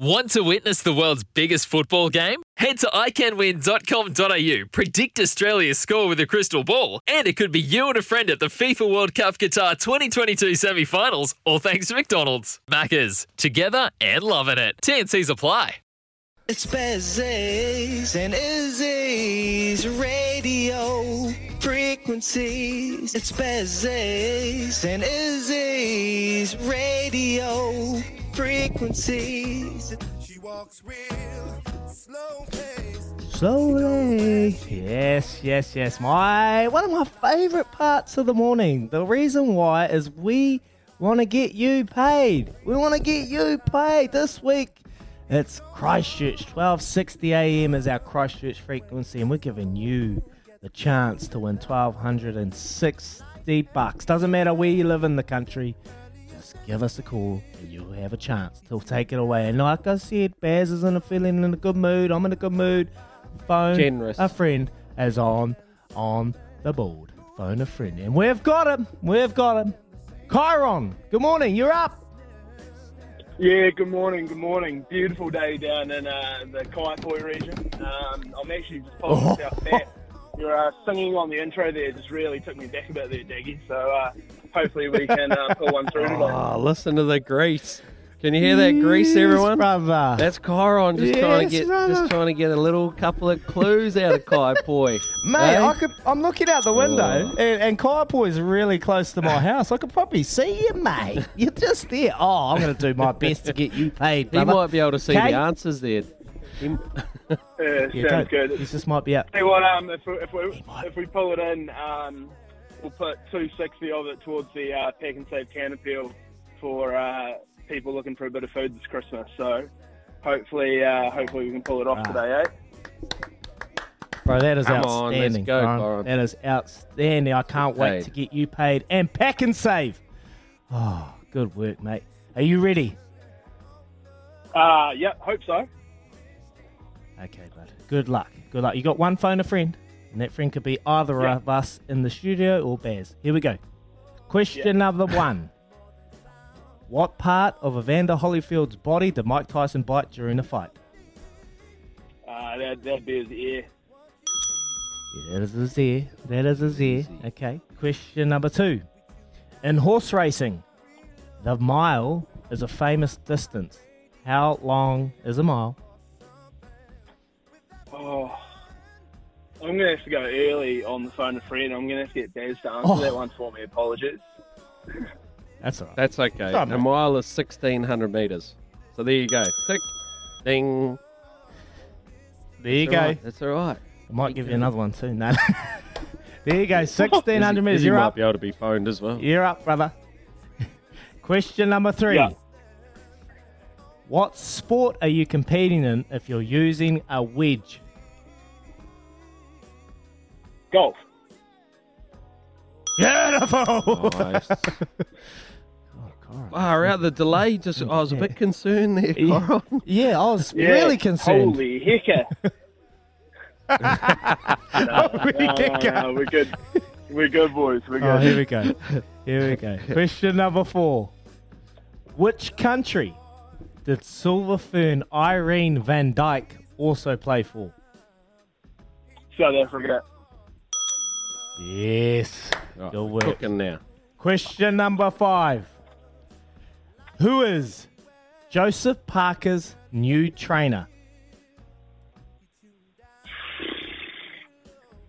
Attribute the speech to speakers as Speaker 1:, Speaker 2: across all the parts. Speaker 1: Want to witness the world's biggest football game? Head to iCanWin.com.au, predict Australia's score with a crystal ball, and it could be you and a friend at the FIFA World Cup Qatar 2022 semi finals, all thanks to McDonald's. Maccas, together and loving it. TNCs apply.
Speaker 2: It's Bez's and Izzy's radio frequencies. It's Bez's and Izzy's radio frequencies. She walks real slow pace.
Speaker 3: Slowly. Yes, yes, yes. My one of my favorite parts of the morning. The reason why is we want to get you paid. We want to get you paid this week. It's Christchurch 1260 AM is our Christchurch frequency and we're giving you the chance to win 1260 bucks. Doesn't matter where you live in the country. Just give us a call and you'll have a chance to take it away. And like I said, Baz is in a feeling in a good mood. I'm in a good mood. Phone
Speaker 4: Generous.
Speaker 3: a friend is on on the board. Phone a friend. And we've got him. We've got him. Chiron, good morning. You're up.
Speaker 5: Yeah, good morning, good morning. Beautiful day down in uh, the Kaipoi region. Um, I'm actually just popping this out back. Your uh, singing on the intro there just really took me back a bit there, Daggy. So uh, hopefully we can uh, pull one through today.
Speaker 4: Oh, listen to the grease. Can you hear that grease, everyone?
Speaker 3: brother.
Speaker 4: That's Chiron just trying to
Speaker 3: Yes,
Speaker 4: get
Speaker 3: brother.
Speaker 4: just trying to get a little couple of clues out of Kai Poi.
Speaker 3: Mate,
Speaker 4: Eh?
Speaker 3: I could, I'm looking out the window,
Speaker 4: Oh.
Speaker 3: and, and Kaipoi is really close to my house. I could probably see you, mate. You're just there. Oh, I'm going to do my best to get you paid,
Speaker 4: He
Speaker 3: brother.
Speaker 4: might be able to see
Speaker 3: Kate?
Speaker 4: the answers there. He-
Speaker 5: Yeah,
Speaker 3: Yeah,
Speaker 5: sounds
Speaker 3: don't-
Speaker 5: good.
Speaker 3: This just might be out.
Speaker 5: Hey, what? Um, if we if we, if we pull it in, um, we'll put two sixty of it towards the uh, pack and save can appeal for uh, people looking for a bit of food this Christmas. So hopefully, uh, hopefully we can pull it off today, eh?
Speaker 3: Bro, that is
Speaker 4: Come on, let's
Speaker 3: outstanding.
Speaker 4: go,
Speaker 3: Karen.
Speaker 4: Karen.
Speaker 3: That is outstanding. I can't
Speaker 4: Get
Speaker 3: wait
Speaker 4: paid.
Speaker 3: to get you paid and pack and save. Oh, good work, mate. Are you ready?
Speaker 5: Uh, yeah, hope so.
Speaker 3: Okay, bud. Good luck. Good luck. You got one phone a friend, and that friend could be either
Speaker 5: Yeah.
Speaker 3: of us in the studio or Baz. Here we go. Question number one. What part of Evander Holyfield's body did Mike Tyson bite during the fight?
Speaker 5: Uh, that that'd be his ear.
Speaker 3: Yeah, that is his ear. That is his ear. Okay. Question number two. In horse racing, the mile is a famous distance. How long is a mile?
Speaker 5: Oh, I'm gonna have to go early on the phone to Fred. I'm gonna have to get Daz to answer
Speaker 3: Oh.
Speaker 5: that one for me. Apologies.
Speaker 3: That's all right.
Speaker 4: That's okay.
Speaker 3: Sorry, mate.
Speaker 4: a mile is sixteen hundred meters. So there you go. Tick, ding.
Speaker 3: There you
Speaker 4: It's
Speaker 3: go.
Speaker 4: all right. That's all right.
Speaker 3: I might give you another one too. No. there you go. 1600
Speaker 4: Izzy-
Speaker 3: meters.
Speaker 4: Izzy
Speaker 3: You're
Speaker 4: might
Speaker 3: up.
Speaker 4: be able to be phoned as well.
Speaker 3: You're up, brother. Question number three.
Speaker 5: Yeah.
Speaker 3: What sport are you competing in if you're using a wedge?
Speaker 5: Golf.
Speaker 3: Beautiful.
Speaker 4: Nice. Far out the delay. Just I was a bit concerned there,
Speaker 3: Yeah.
Speaker 4: Chiron.
Speaker 3: Yeah, I was
Speaker 5: Yeah.
Speaker 3: really concerned.
Speaker 5: Holy hecker!
Speaker 3: We
Speaker 5: No,
Speaker 3: can
Speaker 5: Oh, no,
Speaker 3: go.
Speaker 5: no, we're good. We're good, boys. We're
Speaker 3: Oh,
Speaker 5: good.
Speaker 3: here we go. Here we go. Question number four. Which country did Silver Fern Irene Van Dyke also play for?
Speaker 5: South Africa.
Speaker 3: Yes.
Speaker 4: Right,
Speaker 3: Good
Speaker 4: we're
Speaker 3: work.
Speaker 4: cooking now.
Speaker 3: Question number five. Who is Joseph Parker's new trainer?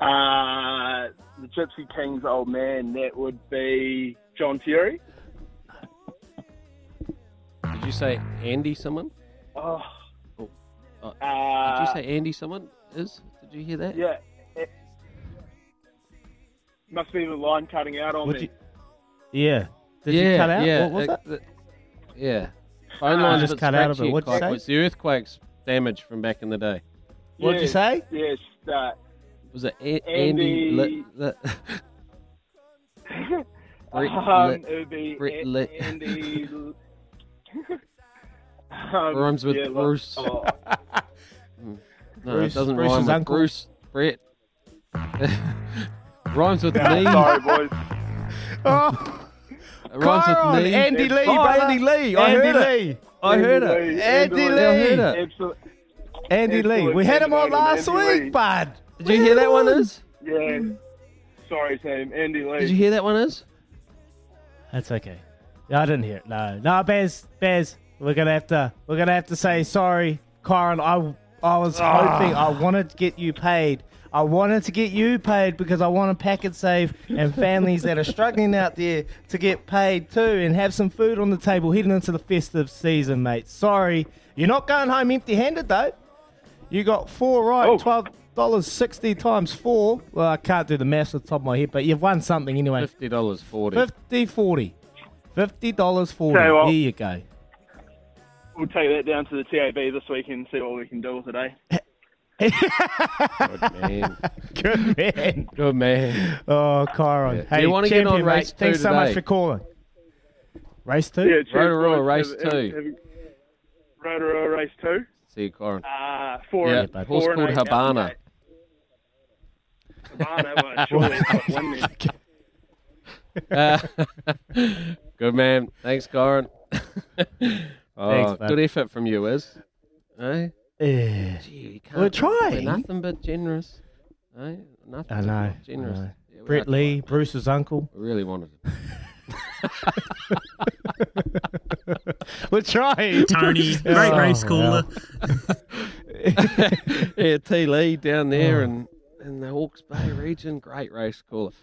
Speaker 5: Uh, the Gypsy King's old man, that would be John Terry.
Speaker 4: Did you say Andy someone?
Speaker 5: Oh,
Speaker 4: Oh,
Speaker 5: uh,
Speaker 4: Did you say Andy someone is? Did you hear that?
Speaker 5: Yeah. It, must be the line cutting out on
Speaker 3: Would
Speaker 5: me.
Speaker 3: you- Yeah. uh, Did you cut out?
Speaker 4: Yeah,
Speaker 3: what was that?
Speaker 4: it- the- yeah. Phone
Speaker 5: Ah,
Speaker 4: lines
Speaker 3: just
Speaker 4: a bit
Speaker 3: cut out a
Speaker 4: scratchy
Speaker 3: bit.
Speaker 4: at
Speaker 3: What'd you
Speaker 4: Quake.
Speaker 3: say?
Speaker 4: It's the earthquakes damage from back in the day.
Speaker 3: What'd you
Speaker 5: Yes,
Speaker 3: say?
Speaker 5: Yes. Uh,
Speaker 4: Was it a- Andy?
Speaker 5: Andy-
Speaker 4: Li- li- Brett
Speaker 5: um,
Speaker 4: Lit-
Speaker 5: it would be
Speaker 4: Brett
Speaker 5: A-
Speaker 4: Lit-
Speaker 5: Andy. L- um,
Speaker 4: Rhymes with
Speaker 5: yeah, look,
Speaker 4: Bruce.
Speaker 5: oh,
Speaker 4: no,
Speaker 3: Bruce-
Speaker 4: it doesn't
Speaker 3: Bruce's
Speaker 4: rhyme with
Speaker 3: uncle?
Speaker 4: Bruce. Brett. rhymes with me.
Speaker 5: sorry, boys.
Speaker 3: Oh,
Speaker 4: It rhymes
Speaker 3: Coron,
Speaker 4: with me.
Speaker 3: Andy Lee,
Speaker 5: Oh,
Speaker 3: brother.
Speaker 5: Andy
Speaker 3: Lee. I
Speaker 4: Andy
Speaker 3: heard it. I heard
Speaker 5: Andy
Speaker 3: it.
Speaker 5: Lee,
Speaker 3: Andy Lee.
Speaker 5: Andy Lee.
Speaker 4: I heard it.
Speaker 5: Absolutely.
Speaker 3: Andy Lee. We had him on last
Speaker 5: Andy Lee.
Speaker 3: week, bud.
Speaker 4: Did you hear that one is?
Speaker 5: Yeah. Sorry, Sam. Andy
Speaker 4: Did you
Speaker 5: Lee.
Speaker 4: hear that one is?
Speaker 3: That's okay. No, I didn't hear it. No, no, Bez, Bez, we're gonna have to, we're gonna have to say sorry, Corin. I, I was hoping I wanted to get you paid. I wanted to get you paid because I want to pack and save and families that are struggling out there to get paid too and have some food on the table heading into the festive season, mate. Sorry, you're not going home empty-handed though. You got four right,
Speaker 5: Oh.
Speaker 3: twelve dollars sixty times four. Well, I can't do the maths off the top of my head, but you've won something anyway.
Speaker 4: Fifty dollars forty.
Speaker 3: 50 40 50 dollars 40
Speaker 5: Tell you what.
Speaker 3: there you go
Speaker 5: We'll take that down to the TAB this week and see what we can do with it, eh?
Speaker 4: Good man.
Speaker 3: good man
Speaker 4: Good man.
Speaker 3: oh Chiron hey
Speaker 4: you wanna get
Speaker 3: champion,
Speaker 4: on race
Speaker 3: mate.
Speaker 4: two
Speaker 3: thanks so
Speaker 4: today?
Speaker 3: much for calling race 2
Speaker 5: Yeah, cheers,
Speaker 4: Rotorua
Speaker 5: boys.
Speaker 4: race
Speaker 5: Have- have-
Speaker 4: two.
Speaker 5: have you- Rotorua race two.
Speaker 4: See you, Corin.
Speaker 5: Uh, four.
Speaker 4: Yeah,
Speaker 5: and,
Speaker 4: bud.
Speaker 5: four
Speaker 4: Horse
Speaker 5: and
Speaker 4: called
Speaker 5: eight
Speaker 4: Habana.
Speaker 5: out the gate. Habana, well, surely it's got one then.
Speaker 4: Good man. Thanks, Corin. oh,
Speaker 3: bud.
Speaker 4: good effort from you, Iz. Eh?
Speaker 3: Eh,
Speaker 4: Gee, you can't-
Speaker 3: We're trying.
Speaker 4: nothing but generous. Eh? Nothing
Speaker 3: I
Speaker 4: but
Speaker 3: know,
Speaker 4: generous.
Speaker 3: I know.
Speaker 4: Yeah, we
Speaker 3: Brett
Speaker 4: are
Speaker 3: Lee
Speaker 4: trying.
Speaker 3: Bruce's uncle
Speaker 4: We really wanted it.
Speaker 3: we're trying
Speaker 6: Tony, great
Speaker 3: Oh,
Speaker 6: race caller.
Speaker 3: Oh.
Speaker 4: yeah, T Lee down there and in, in the Hawke's Bay region, great race caller.